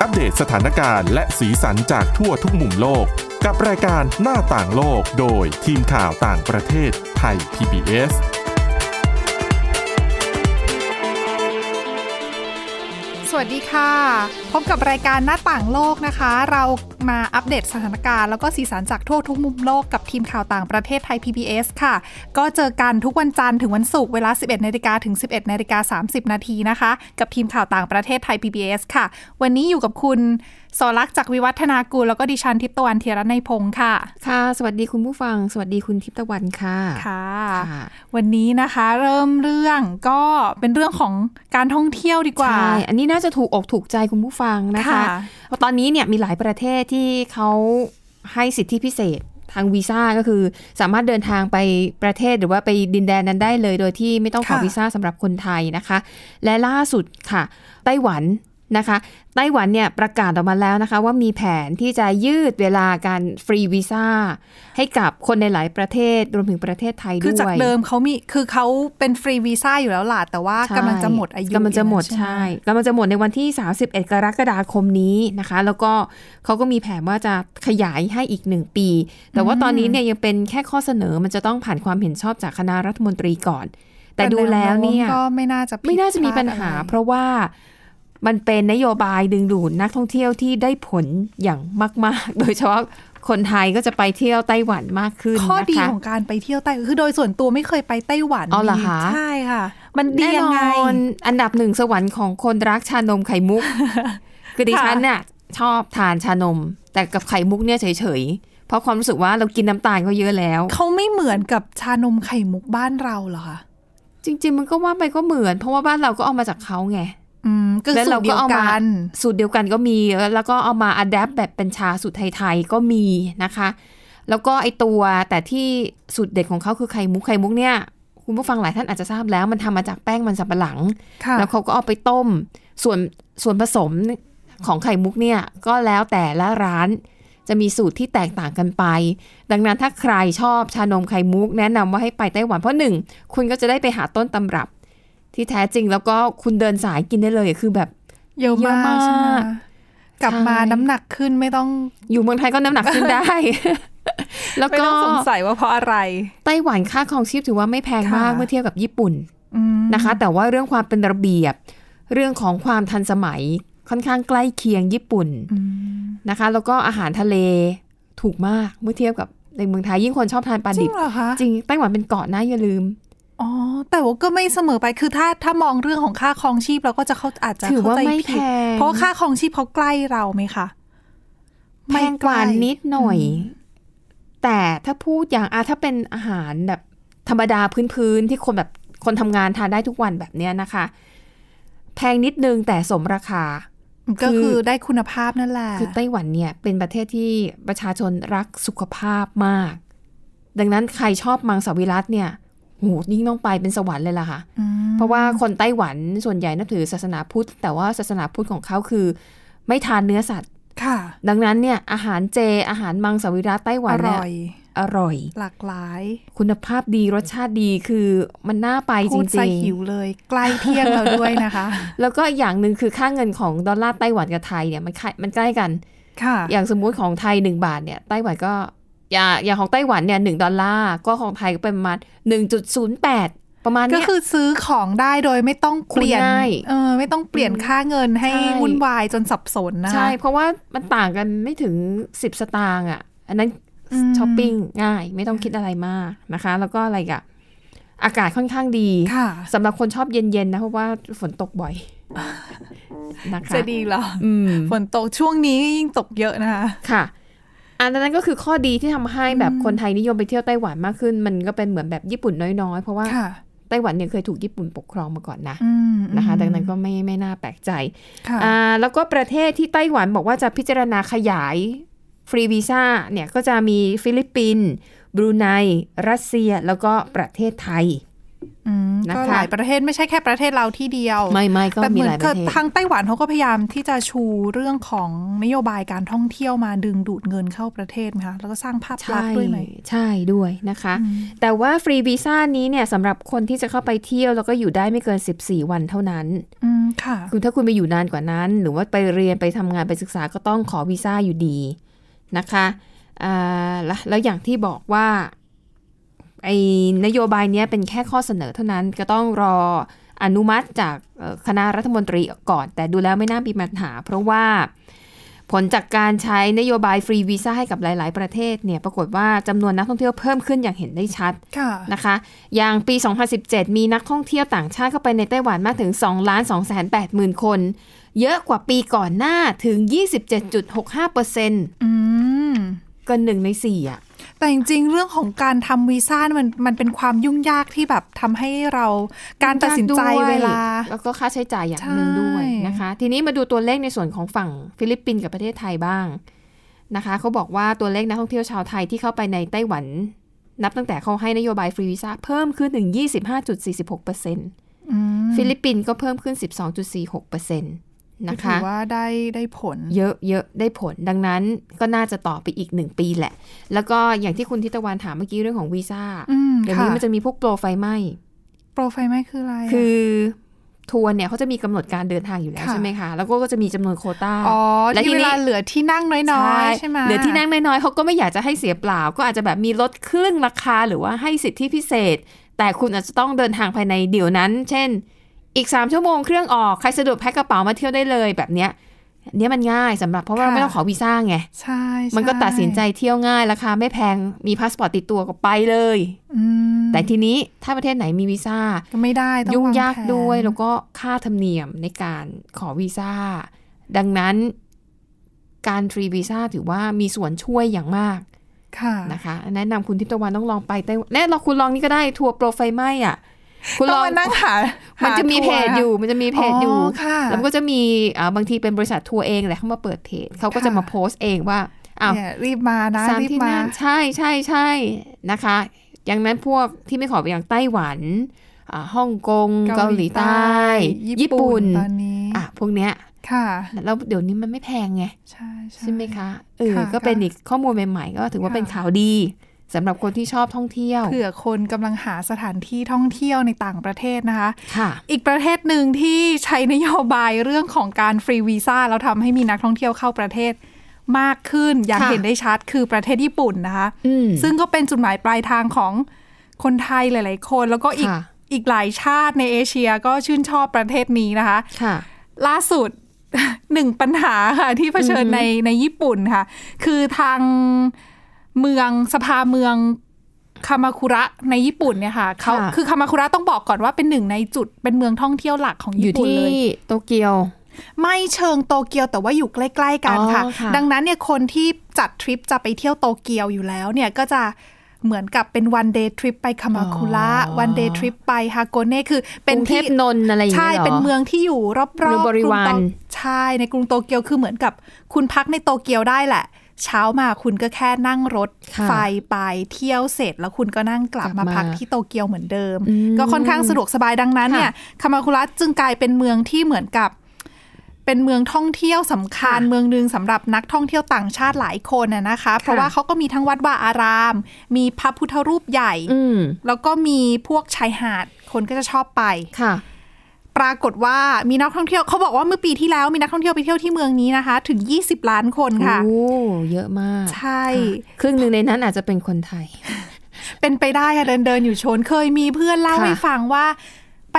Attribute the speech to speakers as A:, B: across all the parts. A: อัปเดตสถานการณ์และสีสันจากทั่วทุกมุมโลก กับรายการหน้าต่างโลกโดยทีมข่าวต่างประเทศไทย PBS
B: สวัสดีค่ะ พบกับรายการหน้าต่างโลกนะคะ เรามาอัปเดตสถานการณ์แล้วก็สีสันจากทั่วทุกมุมโลกกับทีมข่าวต่างประเทศไทย PBS ค่ะ ก็เจอกันทุกวันจันทร์ถึงวันศุกร์เวลา 11นาฬิกาถึง 11นาฬิกา30 นาทีนะคะ กับทีมข่าวต่างประเทศไทย PBS ค่ะ วันนี้อยู่กับคุณสรักษ์จากวิวัฒนากูลแล้วก็ดิฉันทิพย์ตะวันเทียรนัยพงศ์ค่ะ
C: ค่ะ สวัสดีคุณผู้ฟัง สวัสดีคุณทิพย์ตะวันค่ะ
B: ค่ะ
C: ค่ะ
B: วันนี้นะคะเริ่มเรื่องก็เป็นเรื่องของการท่องเที่ยวดีกว่า
C: ใช่อันนี้น่าจะถูกอกถูกใจคุณผู้ฟังนะคะ
B: ค่ะ
C: เพราะตอนนี้เนี่ยมีหลายประเทศที่เขาให้สิทธิพิเศษทางวีซ่าก็คือสามารถเดินทางไปประเทศหรือว่าไปดินแดนนั้นได้เลย โดยที่ไม่ต้องขอ
B: ค่ะ
C: วีซ่าสำหรับคนไทยนะคะ และล่าสุดค่ะ ไต้หวันนะคะ ไต้หวันเนี่ยประกาศออกมาแล้วนะคะ ว่ามีแผนที่จะยืดเวลาการฟรีวีซ่าให้กับคนในหลายประเทศรวมถึงประเทศไทยด้วย
B: คือจากเดิมเขามีคือเขาเป็นฟรีวีซ่าอยู่แล้วล่ะแต่ว่า
C: ใช่
B: กำลังจะหมดอายุ
C: กำลังจะหมด
B: อยู่น
C: ใช่กำลังจะหมดในวันที่ 31 กรกฎาคมนี้นะคะ แล้วก็เขาก็มีแผนว่าจะขยายให้อีกหนึ่งปี แต่ว่าตอนนี้เนี่ยยังเป็นแค่ข้อเสนอมันจะต้องผ่านความเห็นชอบจากคณะรัฐมนตรีก่อน แต่ดูแล้วเนี่ย
B: ก็ไม่น่าจะผิด
C: ไม่น่าจะมีปัญหา
B: พลดอะไร
C: เพราะว่ามันเป็นนโยบายดึงดูดนักท่องเที่ยวที่ได้ผลอย่างมาก ๆ โดยเฉพาะคนไทยก็จะไปเที่ยวไต้หวันมากขึ้น
B: ข้อดี
C: นะคะ
B: ของการไปเที่ยวไต้คือโดยส่วนตัวไม่เคยไปไต้หวัน
C: เอาเหรอคะ
B: ใช่ค่ะ มันดียังไง
C: แน่นอนอันดับหนึ่งสวรรค์ของคนรักชานมไข่ มุก คือดิฉันเนี่ยชอบทานชานม แต่กับไข่มุกเนี่ยเฉยๆ เพราะความรู้สึกว่าเรากินน้ำตาลก็เยอะแล้ว
B: เขาไม่เหมือนกับชานมไข่มุกบ้านเราเหรอคะ
C: จริง ๆ มันก็ว่าไปก็เหมือน เพราะว่าบ้านเราก็เอามาจากเขาไง
B: อืมก็
C: แล้ว
B: สู
C: เรา
B: ตรเดี
C: ก็
B: ยว
C: เอามา
B: กัน
C: สูตรเดียวกันก็มีแล้วก็เอามาอัดแอปแบบเป็นชาสูตรไทยๆก็มีนะคะ แล้วก็ไอตัวแต่ที่สูตรเด็ดของเขาคือไข่มุกไข่มุกเนี่ยคุณผู้ฟังหลายท่านอาจจะทราบแล้ว มันทำมาจากแป้งมันสำปะหลัง
B: ค่ะ
C: แล้วเขาก็เอาไปต้มส่วนส่วนผสมของไข่มุกเนี่ยก็แล้วแต่ละร้านจะมีสูตรที่แตกต่างกันไป ดังนั้นถ้าใครชอบชานมไข่มุก แนะนำว่าให้ไปไต้หวันเพราะหนึ่งคุณก็จะได้ไปหาต้นตำรับ ที่แท้จริงแล้วก็คุณเดินสายกินได้เลยคือแบบ
B: เยอะมาก
C: เยอะมาก
B: ใช่ไหมกลับมา
C: ใช่
B: น้ำหนักขึ้นไม่ต้อง
C: อยู่เมืองไทยก็น้ำหนักขึ้นได้ แล้ว
B: ไม่
C: ก็
B: ต้องสงสัยว่าเพราะอะไร
C: ไต้หวันค่าครองชีพถือว่าไม่แพงมาก
B: ค่ะ
C: เมื่อเทียบกับญี่ปุ่น
B: อืม
C: นะคะแต่ว่าเรื่องความเป็นระเบียบ เรื่องของความทันสมัยค่อนข้างใกล้เคียงญี่ปุ่นนะคะ แล้วก็อาหารทะเลถูกมากเมื่อเทียบกับในเมืองไทยยิ่งคนชอบทานปลา
B: จริ
C: ดิ
B: ง
C: บ
B: เหรอคะ
C: จริงไต้หวันเป็นเกาะนะอย่าลืม
B: อ๋อ แต่ว่าก็ไม่เสมอไปคือถ้าถ้ามองเรื่องของค่าครองชีพเราก็จะเข้าอาจจะ
C: ถือ
B: เข้า
C: ว่า
B: ใจ
C: ไม่
B: ผิด
C: แพง
B: เพราะว่าค่าครองชีพเขาใกล้เราไหมคะ
C: แพงกว่า
B: ไม่ใล้
C: นิดหน่อย แต่ถ้าพูดอย่างอาถ้าเป็นอาหารแบบธรรมดาพื้นๆที่คนแบบคนทำงานทานได้ทุกวันแบบเนี้ยนะคะ แพงนิดนึงแต่สมราคา
B: ก็
C: คื
B: คือ
C: อ
B: ได้คุณภาพนั่นแหละ
C: คือไต้หวันเนี่ยเป็นประเทศที่ประชาชนรักสุขภาพมาก ดังนั้นใครชอบมังสวิรัตเนี่ยโหยิ่งต้องไปเป็นสวรรค์เลยล่ะค่ะ
B: อืม
C: เพราะว่าคนไต้หวันส่วนใหญ่นับถือศาสนาพุทธ แต่ว่าศาสนาพุทธของเขาคือ ไม่ทานเนื้อสัตว์
B: ค่ะ
C: ดังนั้นเนี่ยอาหารเจอาหารมังสวิรัตไต้
B: อ
C: หวันเนี่
B: ร่
C: ย
B: อย
C: อร่อย
B: หลากหลาย
C: คุณภาพดีรสชาติดีคือมันน่าไปจ
B: พูด
C: ริงๆ
B: ใส่หิวเลย ใกล้เที่ยงเราด้วยนะคะ
C: แล้วก็อย่างหนึ่งคือค่าเงินของดอลลาร์ไต้หวันกับไทยเนี่ยมันค่ามันใกล้กัน
B: ค่ะ
C: อย่างสมมุติของไทย 1 บาทเนี่ยไต้หวันก็อย่างอย่างของไต้หวันเนี่ยหดอลลาร์ก็ของไทยก็เป็นประมาณ 1.08 ประมาณ
B: ก็
C: เนี้ย
B: คือซื้อของได้โดยไม่ต้องเปลี่ยน
C: คุ้นง่าย
B: เออไม่ต้องเปลี่ยนค่าเงินให้
C: ใช่
B: วุ่นวายจนสับสนนะคะ
C: ใช่ เพราะว่ามันต่างกันไม่ถึง 10 สตางค์อ่ะ อันนั้น
B: อืม
C: ช้อปปิ้งง่ายไม่ต้องคิดอะไรมากนะคะ แล้วก็อะไรอีกอะอากาศค่อนข้างดี
B: ค่ะ
C: สำหรับคนชอบเย็น ๆ นะ เพราะว่าฝนตก บ่อยนะคะ
B: จะดีเหรอ
C: อืม
B: ฝนตกช่วงนี้ยิ่งตกเยอะนะคะ
C: ค่ะ อันนั้นก็คือข้อดีที่ทำให้แบบคนไทยนิยมไปเที่ยวไต้หวันมากขึ้น มันก็เป็นเหมือนแบบญี่ปุ่นน้อยๆ เพราะว่า
B: ค่ะ
C: ไต้หวันเนี่ยเคยถูกญี่ปุ่นปกครองมาก่อนนะ
B: อืม
C: นะคะ
B: อืม
C: ดังนั้นก็ไม่ไม่น่าแปลกใจ
B: ค่ะ
C: อ่าแล้วก็ประเทศที่ไต้หวันบอกว่าจะพิจารณาขยายฟรีวีซ่าเนี่ยก็จะมีฟิลิปปินส์บรูไนรัสเซียแล้วก็ประเทศไทย
B: อืม
C: นะคะ
B: ก็หลายประเทศไม่ใช่แค่ประเทศเราที่เดียว
C: ไม่ไม่ก็
B: แต่เห
C: มี
B: มือ
C: ห
B: น
C: ลายป
B: กับ
C: ระเทศ
B: ทางไต้หวันเขาก็พยายามที่จะชูเรื่องของนโยบายการท่องเที่ยวมาดึงดูดเงินเข้าประเทศไหมคะแล้วก็สร้างภาพลักษ
C: ใช่
B: ณ์ด้วยไหม
C: ใช่ด้วยนะคะ แต่ว่าฟรีวีซ่านี้เนี่ยสำหรับคนที่จะเข้าไปเที่ยวแล้วก็อยู่ได้ไม่เกิน 14 วันเท่านั้น
B: อืมค่ะ
C: คุณถ้าคุณไปอยู่นานกว่านั้น หรือว่าไปเรียนไปทำงานไปศึกษาก็ต้องขอวีซ่าอยู่ดีนะคะอ่าและแล้วอย่างที่บอกว่าไอ้นโยบายเนี้ยเป็นแค่ข้อเสนอเท่านั้นก็ต้องรออนุมัติจากเอ่อคณะรัฐมนตรีก่อน แต่ดูแล้วไม่น่ามีปัญหา เพราะว่าผลจากการใช้นโยบายฟรีวีซ่าให้กับหลาย ๆ ประเทศเนี่ยปรากฏว่าจำนวนนักท่องเที่ยวเพิ่มขึ้นอย่างเห็นได้ชัด
B: ค่ะ
C: นะคะ อย่างปี 2017 มีนักท่องเที่ยวต่างชาติเข้าไปในไต้หวันมากถึง 2 ล้าน2แสน8หมื่นคน เยอะกว่าปีก่อนหน้าถึง 27.65เปอร์เซ็นต์
B: อืม
C: เกินหนึ่งในสี่อ่ะ
B: แต่จริงๆ เรื่องของการทำวีซ่ามันมันเป็นความยุ่งยากที่แบบทำให้เราการตัดสินใจเวลา
C: แล้วก็ค่าใช้จ่ายอย่างหนึ่ง
B: ใช่
C: ด้วยนะคะ ทีนี้มาดูตัวเลขในส่วนของฝั่งฟิลิปปินส์กับประเทศไทยบ้างนะคะเขาบอกว่าตัวเลขนักท่องเที่ยวชาวไทยที่เข้าไปในไต้หวัน นับตั้งแต่เขาให้นโยบายฟรีวีซ่าเพิ่มขึ้นถึง 25.46เปอร์เซ็นต์
B: อืม
C: ฟิลิปปินส์ก็เพิ่มขึ้น 12.46เปอร์เซ็นต์นะ
B: ถื
C: คะ
B: อว่าได้ได้ผล
C: เยอะเยอะได้ผลดังนั้นก็น่าจะต่อไปอีกหนึ่งปีแหละ แล้วก็อย่างที่คุณทิตวันถามเมื่อกี้เรื่องของวีซ่า
B: อืม
C: เดี๋ยว
B: ค่ะ
C: นี้มันจะมีพวกโปรไฟล์ไหม
B: โปรไฟล์ไหมคืออะไระ
C: คือทัวร์เนี่ยเขาจะมีกำหนดการเดินทางอยู่แล้ว
B: ค่ะ
C: ใช่ไหมคะแล้วก็ก็จะมีจำนวนโควต้า
B: อ๋อ
C: และที
B: ที่
C: นี้
B: เวลาเหลือที่นั่งน้อยๆ ใช่ไหม
C: เหลือที่นั่งน้อยๆเขาก็ไม่อยากจะให้เสียเปล่า ก็อาจจะแบบมีลดครึ่งราคาหรือว่าให้สิทธิพิเศษ แต่คุณอาจจะต้องเดินทางภายในเดี๋ยวนั้น เช่น อีก 3 ชั่วโมงเครื่องออกใครสะดวกแพ็คกระเป๋ามาเที่ยวได้เลยแบบเนี้ยเนี้ยมันง่ายสำหรับเพราะว่าเราไม่ต้องขอวีซ่าไง
B: ใช่ใช่
C: มันก็ตัดสินใจเที่ยวง่ายราคาไม่แพงมีพาสปอร์ตติดตัวก็ไปเลย
B: อืม
C: แต่ทีนี้ถ้าประเทศไหนมีวีซ่า
B: ก็ไม่ได้ต้อง
C: ยุ่ง
B: วย
C: าก
B: แผน
C: ด้วยแล้วก็ค่าธรรมเนียมในการขอวีซ่า ดังนั้นการฟรีวีซ่าถือว่ามีส่วนช่วยอย่างมาก
B: ค่ะ
C: นะคะ แนะนำคุณทิพย์ตะวันต้องลองไปไต้หวันแน่ลองคุณลองนี่ก็ได้ทัวร์โปรไฟล์ไหมอ่ะ คุณ
B: ต้
C: ล
B: อง
C: อง
B: มานั่งหา
C: มั
B: มัน
C: จะมีเพจอยู่ มันจะมีเพจอยู่
B: ค่ะ
C: แล้วมันก็จะมีอ่าบางทีเป็นบริษัททัวร์เองแหละเขามาเปิดเพจเขาก็
B: ค่ะ
C: จะมาโพสต์เองว่าอ้าว
B: เนี่ยรีบมานะ
C: สาม
B: รีบ
C: ที่
B: มา
C: นั่นใช่ใช่ใช่นะคะอย่างนั้นพวกที่ไม่ขอไปอย่างไต้หวันอ่าฮ่องกงเกาหลีใต้ ญี่ปุ่น
B: ตอนนี้
C: อ่ะพวกเนี้ย
B: ค่ะ
C: แล้วเดี๋ยวนี้มันไม่แพงไง
B: ใช่ใช่
C: ใช่ไหมคะเออ
B: ค่ะ
C: ก็เป็น
B: ค่ะ
C: อีกข้อมูลใหม่ๆ ก็ถือว่า
B: ค่ะ
C: เป็นข่าวดีสำหรับคนที่ชอบท่องเที่ยว
B: เผื่อคนกำลังหาสถานที่ท่องเที่ยวในต่างประเทศนะคะ
C: ค่ะ
B: อีกประเทศหนึ่งที่ใช้นโยบายเรื่องของการฟรีวีซ่าแล้วทำให้มีนักท่องเที่ยวเข้าประเทศมากขึ้น อย่าง
C: ค่ะ
B: เห็นได้ชัดคือประเทศญี่ปุ่นนะคะ
C: อืม
B: ซึ่งก็เป็นจุดหมายปลายทางของคนไทยหลาย ๆ คน แล้วก็อีก
C: ค่ะ
B: อีกหลายชาติในเอเชียก็ชื่นชอบประเทศนี้นะคะ
C: ค่ะ
B: ล่าสุด หนึ่งปัญหาค่ะ ที่เผชิญในในญี่ปุ่นค่ะ คือทางเมืองสภาเมืองคามาคุระในญี่ปุ่นเนี่ยค่ะเขา
C: ค่ะ
B: คือคามาคุระต้องบอกก่อนว่าเป็นหนึ่งในจุดเป็นเมืองท่องเที่ยวหลักของ
C: อยู่
B: ญี่ปุ่น
C: ที่
B: เลย
C: โตเกียว
B: ไม่เชิงโตเกียวแต่ว่าอยู่ใกล้ ๆ กันค่ะ
C: อ๋อค่ะ
B: ดังนั้นเนี่ยคนที่จัดทริปจะไปเที่ยวโตเกียวอยู่แล้วเนี่ยก็จะเหมือนกับเป็นวันเดย์ทริปไปคามาคุระวันเดย์ทริปไปฮาโกเน่คือเป็น
C: กรุงเท
B: ที่
C: พนนท์อะไรอย่าง
B: ใช่
C: เงี้ยหรอ
B: เป็นเมืองที่อยู่รอบๆ
C: หรือบริวาร
B: กงโตใช่ ในกรุงโตเกียวคือเหมือนกับคุณพักในโตเกียวได้แหละ เช้ามาคุณก็แค่นั่งรถไฟไปเที่ยวเสร็จ แล้วคุณก็นั่งกลับมาพักที่โตเกียวเหมือนเดิม ก็ค่อนข้างสะดวกสบายดังนั้นเนี่ยคามาคุระจึงกลายเป็นเมืองที่เหมือนกับ เป็นเมืองท่องเที่ยวสำคัญ เมืองหนึ่งสำหรับนักท่องเที่ยวต่างชาติหลายคนน่ะนะคะ เพราะว่าเขาก็มีทั้งวัดวาอาราม มีพระพุทธรูปใหญ่
C: อืม
B: แล้วก็มีพวกชายหาดคนก็จะชอบไป
C: ค่ะ
B: ปรากฏว่ามีนักท่องเที่ยวเขาบอกว่าเมื่อปีที่แล้วมีนักท่องเที่ยวไปเที่ยวที่เมืองนี้นะคะ ถึง 20 ล้านคนค่ะ
C: โอ้เยอะมาก
B: ใช่
C: ค่ะครึ่งหนึ่งในนั้นอาจจะเป็นคนไทย
B: เป็นไปได้ค่ะเดินเดินอยู่โชนเคยมีเพื่อนเล่า
C: ค่ะ
B: ให้ฟังว่า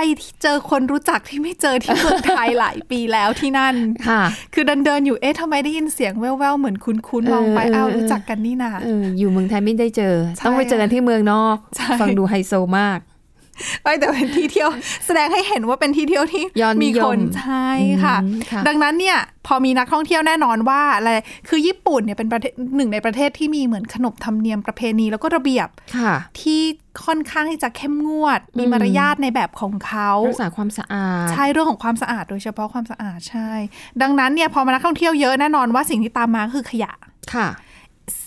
B: ไปเจอคนรู้จักที่ไม่เจอที่เมืองไทยหลายปีแล้วที่นั่น
C: ค่ะ
B: คือเดินเดินอยู่เอ๊ะทำไมได้ยินเสียงแว่วๆเหมือนคุ้นๆมองไป
C: เออเออ
B: เอ้าวรู้จักกันนี่นา
C: เอออยู่เมืองไทยไม่ได้เจอ
B: ใช่
C: ต้องไปเจอกันที่เมืองนอก
B: ใช่
C: ฟังดูไฮโซมาก
B: เอ้ยแต่เป็นที่เที่ยว แสดงให้เห็นว่าเป็นที่เที่ยวที่
C: ยอดนิ
B: มี
C: ยม
B: คนใช่ค่ะ
C: อืมค่ะ
B: ดังนั้นเนี่ยพอมีนักท่องเที่ยวแน่นอนว่าอะไรคือญี่ปุ่นเนี่ยเป็นประเทศหนึ่งในประเทศที่มีเหมือนขนบธรรมเนียมประเพณีแล้วก็ระเบียบ
C: ค่ะ
B: ที่ค่อนข้างที่จะเข้มงวด มีมารยาทในแบบของเขา
C: รักษาความสะอาด
B: ใช่เรื่องของความสะอาดโดยเฉพาะความสะอาดใช่ ดังนั้นเนี่ยพอมานักท่องเที่ยวเยอะแน่นอนว่าสิ่งที่ตามมาคือขยะ
C: ค่ะ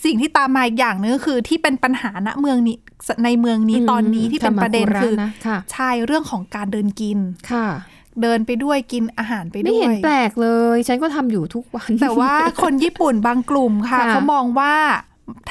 B: สิ่งที่ตามมาอีกอย่างนึงก็คือที่เป็นปัญหาณเมืองนี้ ในเมืองนี้
C: ม
B: ตอนนี้ที่เป็น
C: ทำมา
B: ประเด็น
C: โราช
B: คือ
C: นะค่ะ
B: ใช่เรื่องของการเดินกิน
C: ค่ะ
B: เดินไปด้วยกินอาหารไป
C: ไม่
B: ด้ว
C: เห็น
B: ย
C: แปลกเลย ฉันก็ทำอยู่ทุกวัน
B: แต่ว่าคนญี่ปุ่นบางกลุ่มค่ะ
C: ค่ะ
B: เขามองว่า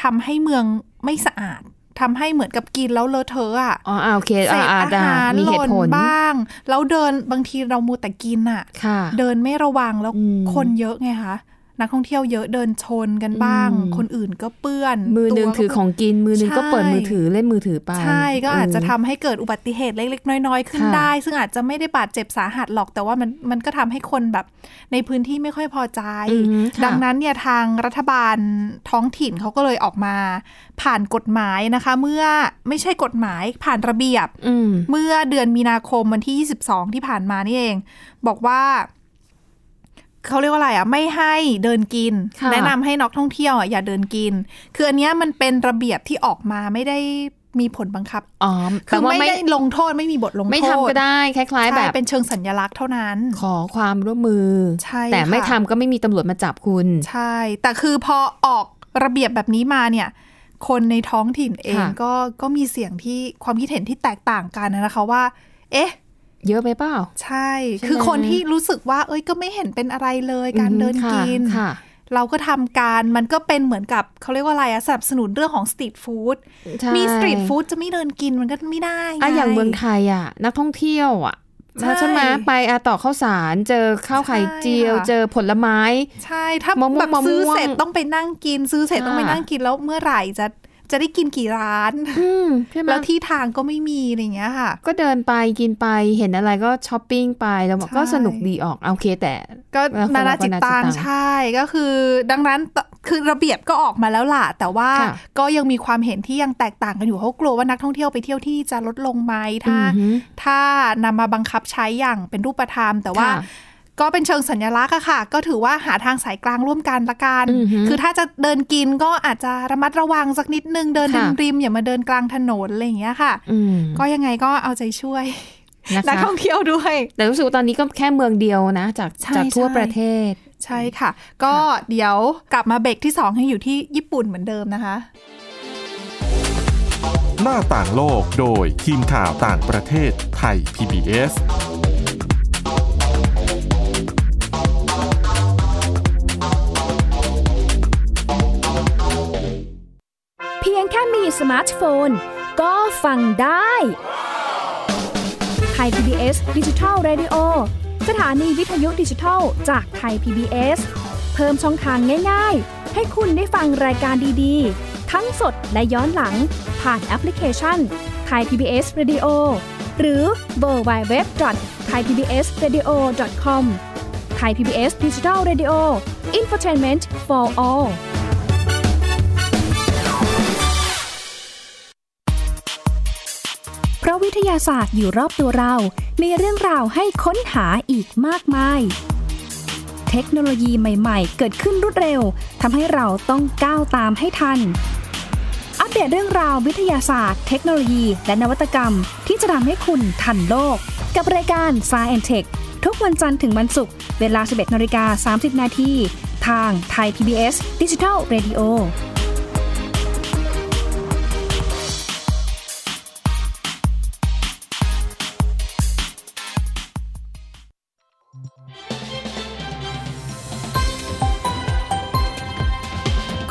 B: ทำให้เมืองไม่สะอาดทำให้เหมือนกับกินแล้วเลอะเทอะอะ
C: อ๋ออ่าโอเค
B: เศ
C: อ่า
B: ษ
C: อ่า
B: อา
C: ได้
B: หาร
C: มี
B: ห
C: เหตุ
B: ล่น
C: ผล
B: บ้าง แล้วเดินบางทีเรามูแต่กินอะ
C: ค่ะ
B: เดินไม่ระวังแล้ว
C: อืม
B: คนเยอะไงคะนักท่องเที่ยวเยอะเดินชนกันบ้าง
C: อืม
B: คนอื่นก็เปื้อน
C: มือหนึ่ง
B: ตัวก็
C: ถือของกินมือหนึ่งก็
B: ใช่
C: เปิดมือถือเล่นมือถือไป
B: ใช่ก็อาจจะ
C: เ
B: ทำให้เกิดอุบัติเหตุเล็ก ๆ น้อย ๆ ขึ้น
C: ค่ะ
B: ได้ ซึ่งอาจจะไม่ได้บาดเจ็บสาหัสหรอกแต่ว่ามันมันก็ทำให้คนแบบในพื้นที่ไม่ค่อยพอใจ
C: อืมค่ะ
B: ดังนั้นเนี่ยทางรัฐบาลท้องถิ่นเขาก็เลยออกมา ผ่านกฎหมายนะคะ เมื่อไม่ใช่กฎหมายผ่านระเบียบ
C: อืม
B: เมื่อเดือนมีนาคมวันที่ 22 ที่ผ่านมานี่เอง บอกว่าเขาเรียกว่าอะไรอ่ะ ไม่ให้เดินกิน
C: ค่ะ
B: แนะนำให้นักท่องเที่ยวอ่ะอย่าเดินกิน คืออันเนี้ยมันเป็นระเบียบที่ออกมาไม่ได้มีผลบังคับ
C: อ๋อ
B: คื
C: แต่
B: อ
C: ว่า
B: ไม่
C: ไม่
B: ได้ลงโทษไม่มีบทลงโทษ
C: ไม่ทำก็ได้คล้าย ๆ แบ
B: ใช่
C: บ
B: เป็นเชิงสัญลักษณ์เท่านั้น
C: ขอความร่วมมือ
B: ใช่
C: แต่ไม่
B: ค่ะ
C: ทำก็ไม่มีตำรวจมาจับคุณ
B: ใช่ แต่คือพอออกระเบียบแบบนี้มาเนี่ย คนในท้องถิ่นเอง
C: ค่ะ
B: ก็ก็มีเสียงที่ความคิดเห็นที่แตกต่างกันนะคะว่า เอ๊ะ
C: เยอะไปเปล่า
B: ใช่
C: ใช่ไหม
B: คือคนที่รู้สึกว่า เอ้ย ก็ไม่เห็นเป็นอะไรเลย การเดิน
C: อืมค่ะ
B: กิน
C: ค่ะ
B: เราก็ทำการ มันก็เป็นเหมือนกับเขาเรียกว่าอะไรอะสนับสนุนเรื่องของสตรีทฟู้ด
C: ใช่
B: มีสตรีทฟู้ดจะไม่เดินกินมันก็ไม่ได้ไ
C: อ่ะอย่างเมืองไทยอ่ะ นักท่องเที่ยวอ่ะ
B: ใช่
C: ใช่ไหมไปอ่ะต่อข้าวสาร เจอข้าวไข่เจียว
B: ใช่ค่ะ
C: เจอผลไม้
B: ใช่ ถ้าม
C: ะม่วง
B: แบบซื้อ
C: มะม่วง
B: เสร็จต้องไปนั่งกิน ซื้อเสร็จต้องไป
C: ค่ะ
B: นั่งกิน แล้วเมื่อไหร่จะ จะได้กินกี่ร้าน
C: อืมใช่ไหม
B: แล้วที่ทางก็ไม่มีอะไรอย่างเงี้ยค่ะ
C: ก็เดินไปกินไปเห็นอะไรก็ช้อปปิ้งไปแล้วบอก
B: ใช่
C: ก็สนุกดีออกโอเคแต่
B: ก็
C: แล้วคน
B: นานา
C: เราก็
B: จิตตัง
C: นานาจิตตัง
B: ใช่ก็คือดังนั้นตคือระเบียบก็ออกมาแล้วล่ะ แต่ว่า
C: ค่ะ
B: ก็ยังมีความเห็นที่ยังแตกต่างกันอยู่เขากลัวว่านักท่องเที่ยวไปเที่ยวที่จะลดลงไหมถ้า
C: อือหือ
B: ถ้านำมาบังคับใช้อย่างเป็นรูปธรรม แต่ว่า
C: ค่ะ
B: ก็เป็นเชิงสัญลักษณ์อะค่ะ ก็ถือว่าหาทางสายกลางร่วมกันละกัน
C: อือหือ
B: คือถ้าจะเดินกินก็อาจจะระมัดระวังสักนิดนึงเดิน
C: ค่ะ
B: ริมๆอย่ามาเดินกลางถนนอะไรอย่างเงี้ยค่ะ
C: อืม
B: ก็ยังไงก็เอาใจช่วย
C: นะ
B: นัก
C: คะ
B: ท่องเที่ยวด้วย
C: แต่รู้สึกว่าตอนนี้ก็แค่เมืองเดียวนะ จาก
B: ใช่
C: จากทั่ว
B: ใช่
C: ประเทศ
B: ใช่ค่ะ ก็เดี๋ยวกลับมาเบรกที่2ให้อยู่ที่ญี่ปุ่นเหมือนเดิมนะคะ
A: หน้าต่างโลกโดยทีมข่าวต่างประเทศไทย PBS
D: เพียงแค่มีสมาร์ทโฟน ก็ฟังได้ไทย PBS ดิจิทัล Radio สถานีวิทยุดิจิทัลจากไทย PBS เพิ่มช่องทางง่ายๆ ให้คุณได้ฟังรายการดีๆ ทั้งสดและย้อนหลัง ผ่านแอปพลิเคชันไทย PBS Radio หรือเวอร์ไบเว็บไทยพีบีเอสเรดิโอคอมไทยพีบีเอสดิจิทัลเรดิโออินฟอร์ทนเมนต์ for all เพราะวิทยาศาสตร์อยู่รอบตัวเรา มีเรื่องราวให้ค้นหาอีกมากมาย เทคโนโลยีใหม่ ๆ เกิดขึ้นรวดเร็ว ทำให้เราต้องก้าวตามให้ทัน อัปเดตเรื่องราววิทยาศาสตร์ เทคโนโลยี และนวัตกรรม ที่จะทำให้คุณทันโลก กับรายการ s c i e n t e c h ทุกวันจันทร์ถึงวันศุกร์ เวลา 11นาฬิกา30 นาทีทางไทย PBS Digital Radio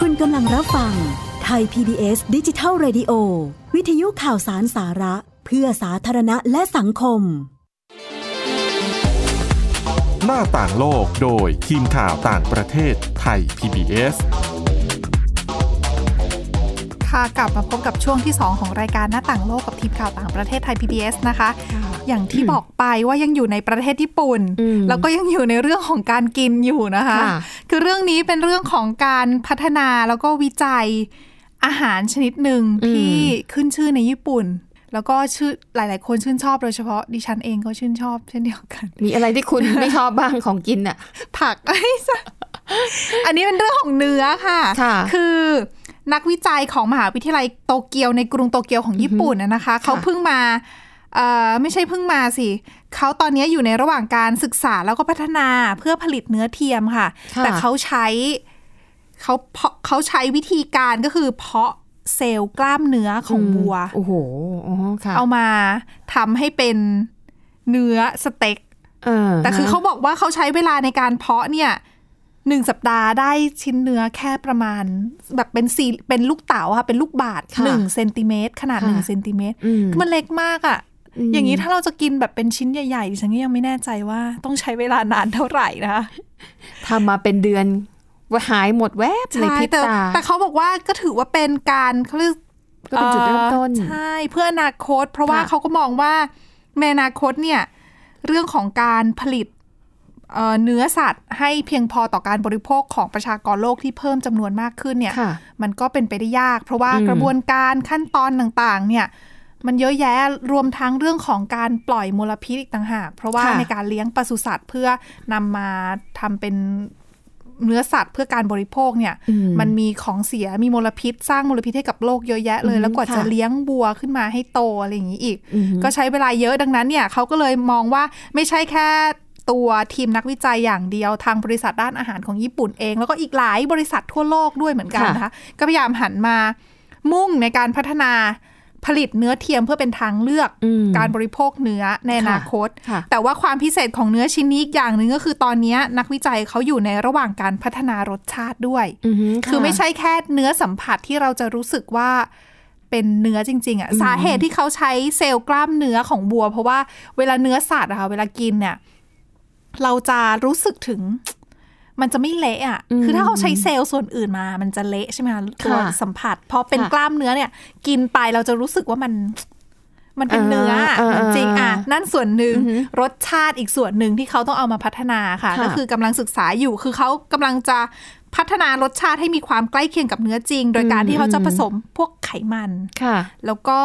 E: คุณกำลังรับฟังไทย PBS ดิจิทัล Radio วิทยุข่าวสารสาระ เพื่อสาธารณะและสังคม
A: หน้าต่างโลกโดยทีมข่าวต่างประเทศไทย PBS
B: ค่ะกลับมาพบกับช่วงที่ 2 ของรายการหน้าต่างโลกกับทีมข่าวต่างประเทศไทย PBS นะคะ อย่างที่บอกไปว่ายังอยู่ในประเทศญี่ปุ่น
C: อืม
B: แล้วก็ยังอยู่ในเรื่องของการกินอยู่นะคะ
C: ค่ะ
B: คือเรื่องนี้เป็นเรื่องของการพัฒนาแล้วก็วิจัยอาหารชนิดหนึ่ง
C: อืม
B: ที่ขึ้นชื่อในญี่ปุ่น แล้วก็ชื่อหลาย ๆ คนชื่นชอบโดยเฉพาะดิฉันเองก็ชื่นชอบเช่นเดียวกัน
C: มีอะไรที่คุณ ไม่ชอบบ้างของกินอ่ะ
B: ผัก อันนี้เป็นเรื่องของเนื้อค่ะ
C: ค่ะ
B: คือนักวิจัยของมหาวิทยาลัยโตเกียวในกรุงโตเกียวของญี่ปุ่นน่ะนะคะ เขาเพิ่งมาเอ่อไม่ใช่เพิ่งมาสิ เขาตอนนี้อยู่ในระหว่างการศึกษาแล้วก็พัฒนาเพื่อผลิตเนื้อเทียมค่ะ
C: ค่ะ
B: แต่เขาใช้เขาเพาะเขาใช้วิธีการก็คือเพาะ เซลล์กล้ามเนื้อของวัว
C: โอ้โหอ๋อค่ะ
B: เอามาทำให้เป็นเนื้อสเต็ก
C: อ่า
B: แต่คือ
C: ฮะ
B: เขาบอกว่าเขาใช้เวลาในการเพาะเนี่ยหนึ่งสัปดาห์ได้ชิ้นเนื้อแค่ประมาณ แบบเป็นสี่เป็นลูกเต๋าค่ะ เป็นลูกบาศ
C: ค่ะ
B: หนึ่งเซนติเมตรขนาด
C: ค่ะ
B: หนึ่งเซนติเมตร
C: อืม
B: คือมันเล็กมากอะ่ะ
C: ม
B: อย่างนี้ถ้าเราจะกินแบบเป็นชิ้นใหญ่ๆดิฉันก็ยังไม่แน่ใจว่าต้องใช้เวลานานเท่าไหร่นะคะ
C: ทำมาเป็นเดือนหายหมดแวบใน
B: ใช่
C: พริบ
B: แต่
C: ตา
B: แต่เขาบอกว่าก็ถือว่าเป็นการเขาเรียก
C: ก็เป็นจุดเริ่มต้น
B: อ่อใช่ เพื่ออนาคต เพราะว่า
C: ค่ะ
B: เขาก็มองว่าในอนาคตเนี่ยเรื่องของการผลิตเอ่อเนื้อสัตว์ให้เพียงพอต่อการบริโภคของประชากรโลกที่เพิ่มจำนวนมากขึ้นเนี่ย
C: ค่ะ
B: มันก็เป็นไปได้ยาก เพราะว่า
C: อืม
B: กระบวนการขั้นตอนต่างๆเนี่ยมันเยอะแยะรวมทั้งเรื่องของการปล่อยมลพิษอีกต่างหาก เพราะว่าในการเลี้ยงปศุสัตว์ เพื่อนำมาทำเป็นเนื้อสัตว์เพื่อการบริโภคเนี่ย
C: อื
B: มันมีของเสียมีมลพิษ สร้างมลพิษให้กับโลกเยอะแยะเลย
C: อืม
B: แล้วกว่าจะ
C: ค่ะ
B: เลี้ยงบัวขึ้นมาให้โตอะไรอย่างนี้อีก
C: อืม
B: ก็ใช้เวลาเยอะดังนั้นเนี่ยเขาก็เลยมองว่าไม่ใช่แค่ตัวทีมนักวิจัยอย่างเดียวทางบริษัทด้านอาหารของญี่ปุ่นเอง แล้วก็อีกหลายบริษัททั่วโลกด้วยเหมือนกัน
C: ค่ะ
B: นะคะก็พยายามหันมามุ่งในการพัฒนาผลิตเนื้อเทียมเพื่อเป็นทางเลือก
C: อืม
B: การบริโภคเนื้อในอนาคต
C: ค่ะ
B: แต่ว่าความพิเศษของเนื้อชิ้นนี้อีกอย่างหนึ่งก็คือตอนเนี้ยนักวิจัยเขาอยู่ในระหว่างการพัฒนารสชาติด้วย
C: อืมะ
B: คือไม่ใช่แค่เนื้อสัมผัสที่เราจะรู้สึกว่าเป็นเนื้อจริง ๆอะ
C: อืม
B: สาเหตุที่เขาใช้เซลล์กล้ามเนื้อของบัว เพราะว่าเวลาเนื้อสัตว์อะค่ะเวลากินเนี่ยเราจะรู้สึกถึง มันจะไม่เละอะ
C: อืม
B: คือถ้าเขาใช้เซลล์ส่วนอื่นมา มันจะเละใช่ไหมคะตัว
C: ค่ะ
B: สัมผัสพอเป็น
C: ค่ะ
B: กล้ามเนื้อเนี่ย กินไปเราจะรู้สึกว่ามัน มันเป็นเนื้ออะ
C: อ่า
B: เหมือนจริงอ่ะ
C: อ่า
B: นั่นส่วนหนึ่งรสชาติอีกส่วนหนึ่งที่เขาต้องเอามาพัฒนาค่ะ
C: ค่ะ
B: ก็คือกำลังศึกษาอยู่ คือเขากำลังจะพัฒนารสชาติให้มีความใกล้เคียงกับเนื้อจริง โดยการ
C: อืม
B: ที่เขาจะผสมพวกไขมัน
C: ค่ะ
B: แล้วก็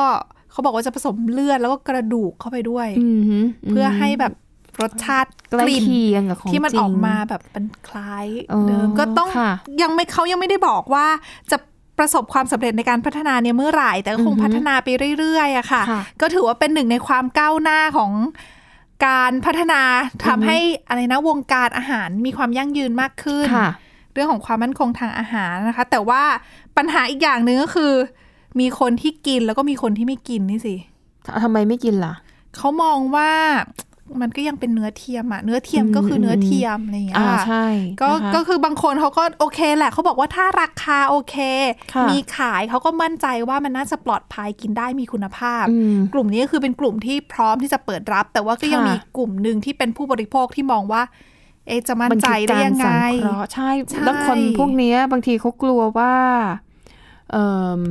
B: เขาบอกว่าจะผสมเลือดแล้วก็กระดูกเข้าไปด้วย
C: อืมฮึ
B: เพื่อให้แบบรสชาติ
C: ใก
B: ก
C: ล้
B: ลิ่น
C: เคียงกับของ
B: ที่มัน
C: จริง
B: ออกมาแบบเป็นคล้าย
C: เออ
B: เดิมก็ต้อง
C: ค่ะ
B: ยังไม่เขายังไม่ได้บอกว่าจะประสบความสำเร็จในการพัฒนาเนี่ยเมื่อไหร่ แต่ก็คง
C: อือฮึ
B: พัฒนาไปเรื่อยๆอะค่ะ
C: ค่ะ
B: ก็ถือว่าเป็นหนึ่งในความก้าวหน้าของการพัฒนาทำให้อะไรนะวงการอาหารมีความยั่งยืนมากขึ้น
C: ค่ะ
B: เรื่องของความมั่นคงทางอาหารนะคะ แต่ว่าปัญหาอีกอย่างหนึ่งก็คือ มีคนที่กินแล้วก็มีคนที่ไม่กินนี่สิ
C: ทำไมไม่กินล่ะ
B: เขามองว่ามันก็ยังเป็นเนื้อเทียมอะเนื้อเทียม
C: อืม
B: ก็คืออ
C: ม
B: เนื้อเทียมอะไรอย่างเงี้ย
C: อ่า
B: ค่ะ
C: ใช่
B: ก็
C: นะคะ
B: ก็คือบางคนเขาก็โอเคแหละเขาบอกว่าถ้าราคาโอเค
C: ค่ะ
B: มีขายเขาก็มั่นใจว่ามันน่าจะปลอดภัยกินได้มีคุณภาพ
C: อืม
B: กลุ่มนี้ก็คือเป็นกลุ่มที่พร้อมที่จะเปิดรับ แต่ว่าก็ยัง
C: ค่ะ
B: มีกลุ่มหนึ่งที่เป็นผู้บริโภคที่มองว่า เอะจะมั่นใจได้ยังไง
C: มันคือการสัเคราะห์ใช่
B: ใช่
C: แล้วคนพวกเนี้ยบางทีเขากลัวว่าเอม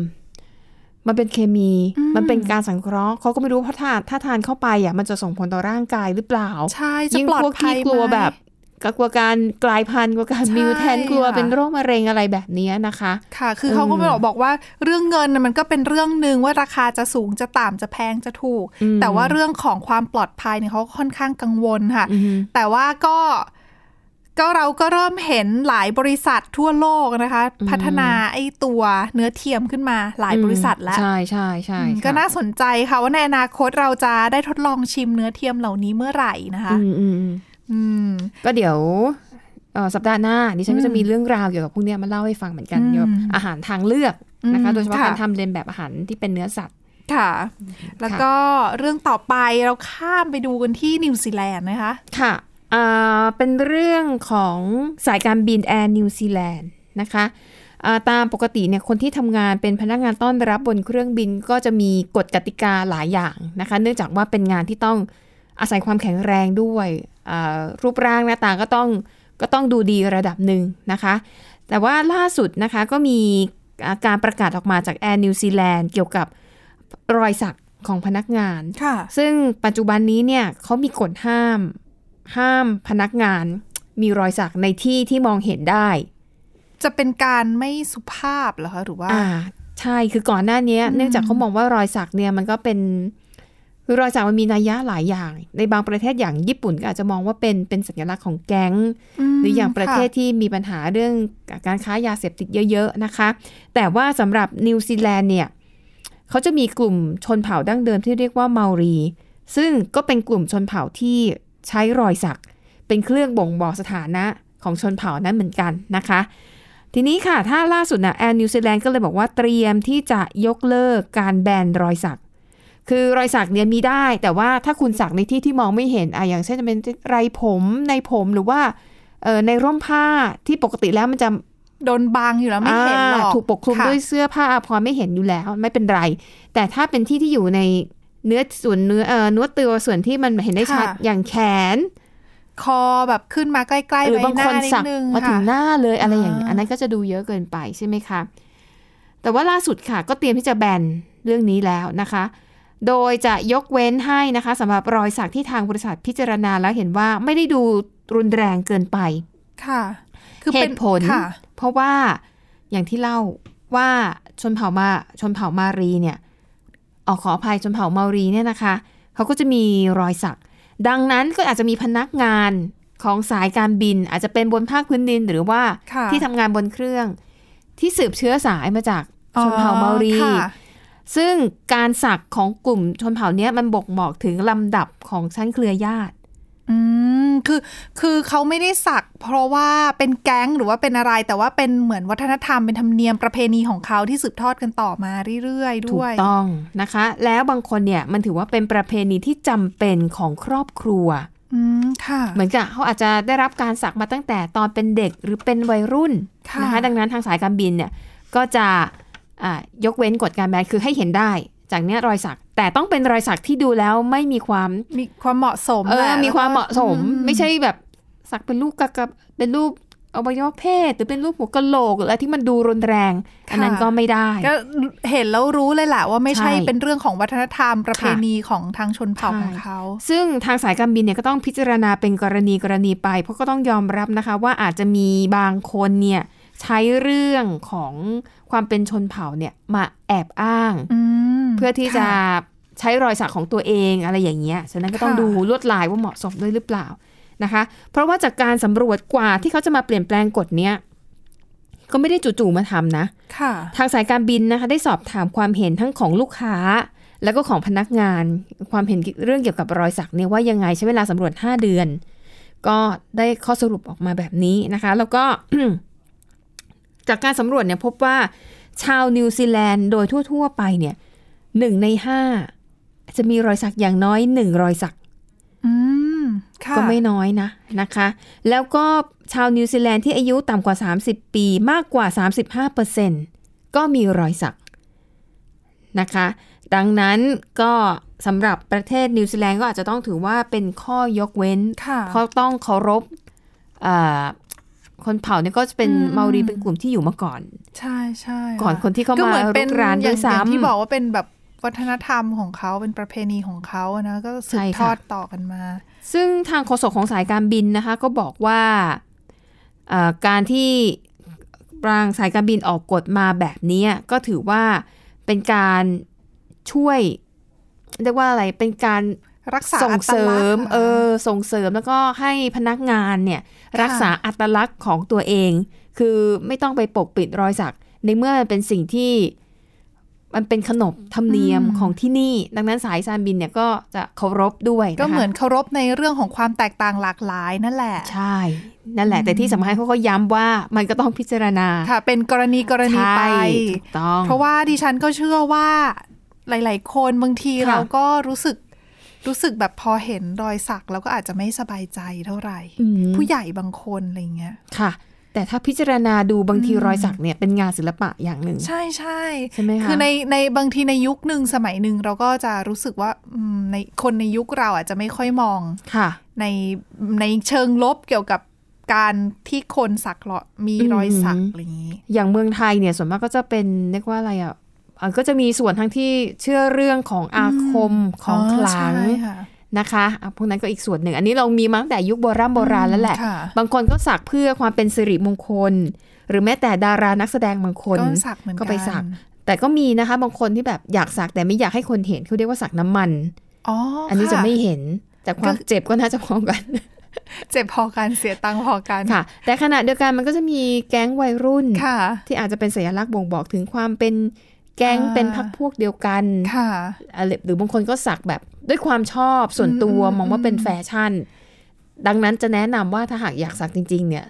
C: มันเป็นเคมี มันเป็นการสังเคราะห์เขาก็ไม่รู้เพราะถ้าถ้าทานเข้าไปอ่ะมันจะส่งผลต่อร่างกายหรือเปล่า
B: ใช่จะ
C: ยิ่ง
B: ปลอด
C: พวก
B: ภั
C: ที่
B: ย
C: กลัว
B: ไหม
C: แบบก็กลัวการกลายพันธุ์กลัวการ
B: ใช่
C: มิวแทนกลัว
B: ค่ะ
C: เป็นโรคมะเร็งอะไรแบบเนี้ยนะคะ
B: ค่ะ คือเขาก็
C: อืม
B: ไม่บอกบอกว่าเรื่องเงินน่ะมันก็เป็นเรื่องหนึ่งว่าราคาจะสูงจะต่ำจะแพงจะถูก
C: อืม
B: แต่ว่าเรื่องของความปลอดภัยเนี่ยเขาก็ค่อนข้างกังวลค่ะ
C: อือฮึ
B: แต่ว่าก็ก็เราก็เริ่มเห็นหลายบริษัททั่วโลกนะคะ
C: อืม
B: พัฒนาไอ้ตัวเนื้อเทียมขึ้นมาหลายบริษัทแล้ว
C: ใช่ใช่ใช่
B: อืม
C: ค่ะ
B: ก็น่าสนใจค่ะว่าในอนาคตเราจะได้ทดลองชิมเนื้อเทียมเหล่านี้เมื่อไหร่นะคะ
C: อืมอืมอืม
B: อืม
C: ก็เดี๋ยวเอ่อสัปดาห์หน้าดิฉันก็
B: อืม
C: จะมีเรื่องราวเกี่ยวกับพวกเนี้ยมาเล่าให้ฟังเหมือนกัน
B: อืม
C: เกี่ยวกับอาหารทางเลือกนะคะ
B: อืม
C: โดยเฉพาะ
B: ค่ะ
C: การทำเลียนแบบอาหารที่เป็นเนื้อสัตว์
B: ค่ะ แล้วก็เรื่องต่อไปเราข้ามไปดูกันที่นิวซีแลนด์นะคะ
C: ค่ะอ่าเป็นเรื่องของสายการบินแอร์นิวซีแลนด์นะคะอ่าตามปกติเนี่ยคนที่ทำงานเป็นพนักงานต้อนรับบนเครื่องบินก็จะมีกฎกติกาหลายอย่างนะคะ เนื่องจากว่าเป็นงานที่ต้องอาศัยความแข็งแรงด้วยอ่ารูปร่างหน้าตาก็ต้องก็ต้องดูดีระดับหนึ่งนะคะ แต่ว่าล่าสุดนะคะก็มีอ่าการประกาศออกมาจากแอร์นิวซีแลนด์เกี่ยวกับรอยสักของพนักงาน
B: ค่ะ
C: ซึ่งปัจจุบันนี้เนี่ยเขามีกฎห้ามห้ามพนักงาน มีรอยสักในที่ที่มองเห็นได้
B: จะเป็นการไม่สุภาพเหรอคะหรือว่า
C: อ่าใช่คือก่อนหน้านี้เนื่องจากเขามองว่ารอยสักเนี่ยมันก็เป็นคือรอยสักมันมีนัยยะหลายอย่าง ในบางประเทศอย่างญี่ปุ่นก็อาจจะมองว่าเป็นเป็นสัญลักษณ์ของแก๊ง หรืออย่างประเทศที่มีปัญหาเรื่องการค้ายาเสพติดเยอะๆนะคะ แต่ว่าสำหรับนิวซีแลนด์เนี่ยเขาจะมีกลุ่มชนเผ่าดั้งเดิมที่เรียกว่าเมารี ซึ่งก็เป็นกลุ่มชนเผ่าที่ใช้รอยสัก เป็นเครื่องบ่งบอกสถานะของชนเผ่านั้นเหมือนกันนะคะ ทีนี้ค่ะ ถ้าล่าสุดนะแอร์นิวซีแลนด์ก็เลยบอกว่าเตรียมที่จะยกเลิกการแบนรอยสัก คือรอยสักเนี่ยมีได้ แต่ว่าถ้าคุณสักในที่ที่มองไม่เห็นอ่ะอย่างเช่นจะเป็นไรผมในผมหรือว่าเอ่อในร่มผ้าที่ปกติแล้วมันจะ
B: โดนบังอยู่แล้วไม่เห็นหรอก
C: อ่าถูกปกคลุม
B: ค่ะ
C: ด้วยเสื้อผ้าอาภรณ์ไม่เห็นอยู่แล้วไม่เป็นไร แต่ถ้าเป็นที่ที่อยู่ในเนื้อส่วนเนื้อเอ่อเนื้อตัวส่วนที่มันเห็นได้ชัดอย่างแขน
B: คอแบบขึ้นมาใกล้ๆ
C: หรื
B: ใบ
C: อบาง
B: หน้า
C: คน
B: นิ
C: สั
B: ด
C: ก
B: นึง
C: มาถึ
B: ค่ะ
C: งหน้าเลยอะไรอย่างนี้
B: อ่า
C: อันนั้นก็จะดูเยอะเกินไปใช่ไหมคะแต่ว่าล่าสุดค่ะ ก็เตรียมที่จะแบนเรื่องนี้แล้วนะคะ โดยจะยกเว้นให้นะคะสำหรับรอยสักที่ทางบริษัทพิจารณาแล้วเห็นว่าไม่ได้ดูรุนแรงเกินไป
B: ค่ะ คือ
C: เห
B: เป็น
C: ตุผล
B: ค่ะ
C: เพราะว่าอย่างที่เล่าว่าชนเผ่ามาชนเผ่ามารีเนี่ยออกขออภัยชนเผ่ามารีเนี่ยนะคะ เขาก็จะมีรอยสัก ดังนั้นก็อาจจะมีพนักงานของสายการบิน อาจจะเป็นบนภาคพื้นดิน หรือว่า
B: ค่ะ
C: ที่ทำงานบนเครื่อง ที่สืบเชื้อสายมาจากชนเผ่ามารี
B: อ๋อค่ะ
C: ซึ่งการสักของกลุ่มชนเผ่าเนี้ยมันบ่งบอกถึงลำดับของชั้นเครือญาติ
B: อืมคือคือเขาไม่ได้สัก เพราะว่าเป็นแก๊งหรือว่าเป็นอะไร แต่ว่าเป็นเหมือนวัฒนธรรมเป็นธรรมเนียมประเพณีของเขาที่สืบทอดกันต่อมาเรื่อยๆ
C: ถู
B: ด้ว
C: ก
B: ย
C: ต้องนะคะ แล้วบางคนเนี่ยมันถือว่าเป็นประเพณีที่จำเป็นของครอบครัว
B: อืมค่ะ
C: เหมือนกับเขาอาจจะได้รับการสักมาตั้งแต่ตอนเป็นเด็กหรือเป็นวัยรุ่น
B: ค่ะ
C: นะคะดังนั้นทางสายการบินเนี่ยก็จะอ่ายกเว้นกฎการแบนคือให้เห็นได้ จากเนี้ยรอยสัก แต่ต้องเป็นรอยสักที่ดูแล้วไม่มีความ
B: มีความเหมาะสม
C: เอ
B: แห
C: อ
B: ละ
C: มีความเหมาะสม
B: อื
C: ไม่ใช่แบบสักเป็นรูปกะกะเป็นรูปอวัยวะเพศ หรือเป็นรูปหัวกะโหลกหรืออะไรที่มันดูรุนแรง อันนั้นก็ไม่ได้
B: ก็เห็นแล้วรู้เลยแหละว่าไม่ใช่
C: ใช่
B: เป็นเรื่องของวัฒนธรรมประเพ
C: ค่ะ
B: ณีของทางชนเผ่า
C: ใช่
B: ของเขา
C: ซึ่งทางสายการบินเนี่ยก็ต้องพิจารณาเป็นกรณีกรณีไป เพราะก็ต้องยอมรับนะคะ ว่าอาจจะมีบางคนเนี่ยใช้เรื่องของความเป็นชนเผ่าเนี่ยมาแอบอ้าง
B: อืม
C: เพื่อที่จะ
B: ค่
C: ใช้รอยสักของตัวเองอะไรอย่างเงี้ยฉะนั้นก็ต้อง
B: ค่ะ
C: ดูลวดลายว่าเหมาะสมด้วยหรือเปล่านะคะ เพราะว่าจากการสำรวจกว่าที่เขาจะมาเปลี่ยนแปลงกฎเนี้ยก็ไม่ได้จู่ๆมาทำนะ
B: ค่ะ
C: ทางสายการบินนะคะได้สอบถามความเห็นทั้งของลูกค้า แล้วก็ของพนักงาน ความเห็นเรื่องเกี่ยวกับรอยสักเนี่ยว่ายังไงใช้เวลาสำรวจ 5 เดือน ก็ได้ข้อสรุปออกมาแบบนี้นะคะ แล้วก็ จากการสำรวจเนี่ยพบว่าชาวนิวซีแลนด์โดยทั่ว ๆ ไปเนี่ยหนึ่งในห้าจะมีรอยสักอย่างน้อยหนึ่งรอยสัก
B: อืมค่ะ
C: ก็ไม่น้อยนะนะคะ แล้วก็ชาวนิวซีแลนด์ที่อายุต่ำกว่า 30 ปีมากกว่า 35%ก็มีรอยสักนะคะ ดังนั้นก็สำหรับประเทศนิวซีแลนด์ก็อาจจะต้องถือว่าเป็นข้อยกเว้น
B: ค่ะ
C: เพราะต้องเคารพเอ่อคนเผ่าเนี่ยก็จะเป็น
B: อืม
C: เมารีเป็นกลุ่มที่อยู่มาก่อน
B: ใช่ใช่
C: ก่อนคนที่เขา
B: ก็
C: มา
B: เหมือนเป็
C: รุ
B: น
C: กราน
B: อ
C: ด้
B: ย่าว ง
C: ย
B: อย่าง
C: ซ้ำ
B: ที่บอกว่าเป็นแบบวัฒนธรรมของเขาเป็นประเพณีของเขาอะนะก็สื
C: ใช่
B: บท
C: ค่ะ
B: อดต่อกันมา
C: ซึ่งทางโฆษกของสายการบินนะคะ ก็บอกว่าเอ่อการที่รางสายการบินออกกฎมาแบบเนี้ยก็ถือว่าเป็นการช่วยเรียกว่าอะไรเป็นการ
B: รักษา
C: ส่งเสริม
B: อัตลักษณ์
C: เออส่งเสริมแล้วก็ให้พนักงานเนี่ยรักษาอัตลักษณ์ของตัวเอง คือไม่ต้องไปปกปิดรอยสัก ในเมื่อมันเป็นสิ่งที่มันเป็นขนบธรรมเนียมของที่นี่ ดังนั้นสายการบินเนี่ยก็จะเคารพด้วย
B: ก็
C: นะคะ
B: เหมือนเคารพในเรื่องของความแตกต่างหลากหลายนั่นแหละ
C: ใช่ นั่นแหละ แต่ที่สำคัญเขาก็ย้ำว่ามันก็ต้องพิจารณา
B: ค่ะ เป็นกรณีกรณีไป
C: ใช่ถูกต้อง
B: เพราะว่าดิฉันก็เชื่อว่าหลาย ๆ คนบางที
C: ค่ะ
B: เราก็รู้สึกรู้สึกแบบพอเห็นรอยสักแล้วก็อาจจะไม่สบายใจเท่าไหร่
C: อืม
B: ผู้ใหญ่บางคนอะไรเงี้ย
C: ค่ะ แต่ถ้าพิจารณาดูบางทีรอยสักเนี่ยเป็นงานศิลปะอย่างหนึ่ง
B: ใช่ใช่
C: ใช่ไหมคะ
B: คือในในบางทีในยุคหนึ่งสมัยหนึ่งเราก็จะรู้สึกว่าอืมในคนในยุคเราอาจจะไม่ค่อยมอง
C: ค่ะ
B: ในในเชิงลบเกี่ยวกับการที่คนสักเหรอมีรอยสัก
C: อืม
B: อะไรอย่างนี้
C: อย่างเมืองไทยเนี่ยส่วนมากก็จะเป็นเรียกว่าอะไรอ่ะเอ่อก็จะมีส่วนทั้งที่เชื่อเรื่องของอาคมของขลัง
B: อ๋อใช่ค่ะ
C: นะคะอ่ะพวกนั้นก็อีกส่วนหนึ่ง อันนี้เรามีมาตั้งแต่ยุคโบราณโบราณแล้วแหละ
B: ค่
C: บางคนก็สักเพื่อความเป็นสิริมงคล หรือแม้แต่ดารานักแสดงบางคน
B: ก็สักเหมือนกัน
C: ก็ไปสัก แต่ก็มีนะคะบางคนที่แบบอยากสักแต่ไม่อยากให้คนเห็นเขาเรียกว่าสักน้ำมัน
B: อ๋อ
C: อั
B: อั
C: นนี้จะไม่เห็น แต่ความเจ็บก็น่าจะพอกัน
B: เจ็บพอกันเสียตังค์พอกัน
C: ค่ะ แต่ขณะเดียวกันมันก็จะมีแก๊งวัยรุ่น
B: ค่ะ
C: ที่อาจจะเป็นสัญลักษณ์บ่งบอกถึงความเป็นแก๊ง
B: อ่า
C: เป็นพรรคพวกเดียวกัน
B: ค่ะ
C: อะไรหรือบางคนก็สักแบบด้วยความชอบส่วนตัว
B: อืม
C: มองว่าเป็นแฟชั่น ดังนั้นจะแนะนำว่าถ้าหากอยากสักจริง ๆ เนี่ย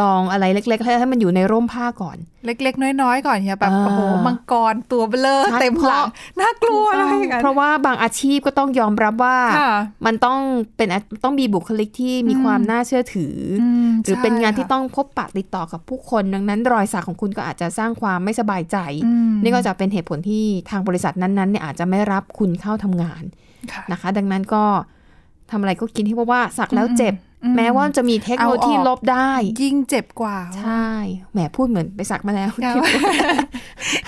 C: ลองอะไรเล็กๆให้ให้มันอยู่ในร่มผ้าก่อน
B: เล็กๆ น้อยๆ ก่อนเนี่ยแบบ
C: อ่า
B: โอ้โหมังกรตัวเบลอ
C: ใช่
B: เต็มหลัง
C: เพราะ
B: น่ากลัวอะไรอย่างเงี้ย
C: เพราะว่าบางอาชีพก็ต้องยอมรับว่า
B: ค่ะ
C: มันต้องเป็นอาต้องมีบุคลิกที่มี
B: อืม
C: ความน่าเชื่อถืออ
B: ม
C: หรือเป็นงานที่
B: ใช่ค่ะ
C: ต้องพบปะติดต่อกับผู้คนดังนั้นรอยสักของคุณก็อาจจะสร้างความไม่สบายใจ
B: อืม
C: นี่ก็จะเป็นเหตุผลที่ทางบริษัทนั้นๆเนี่ยอาจจะไม่รับคุณเข้าทำงาน
B: ค่ะ
C: นะคะ ดังนั้นก็ทำอะไรก็กินที่เพราะว่าสักแล้วเจ็บ
B: อืม
C: แม้ว่าจะมีเทคโนโลยี
B: เอาออก
C: ลบได้
B: ยิ่งเจ็บกว่า
C: ใช่แหมพูดเหมือนไปสักมาแล้ว
B: ค่ะ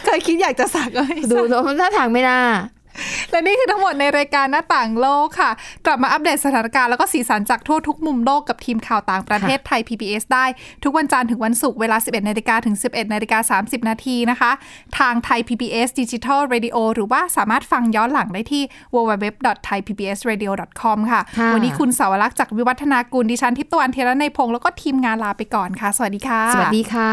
B: เคยคิดอยากจะสักเลย
C: ดูแล้วท่าทางไม่น่า
B: และนี่คือทั้งหมดในรายการหน้าต่างโลกค่ะ กลับมาอัปเดตสถานการณ์แล้วก็สีสันจากทั่วทุกมุมโลกกับทีมข่าวต่างประเทศไทย PBS ได้ ทุกวันจันทร์ถึงวันศุกร์เวลา 11นาฬิกาถึง 11นาฬิกา30 นาทีนะคะ ทางไทย PBS Digital Radio หรือว่าสามารถฟังย้อนหลังได้ที่ www.thaipbsradio.com ค่ะ
C: ค่ะ
B: วันนี้คุณสาวรักษ์จากวิวัฒนากุลดิฉันทิพย์ตะวันเทระในยพงศ์แล้วก็ทีมงานลาไปก่อนค่ะ สวัสดีค่ะ
C: สวัสดีค่ะ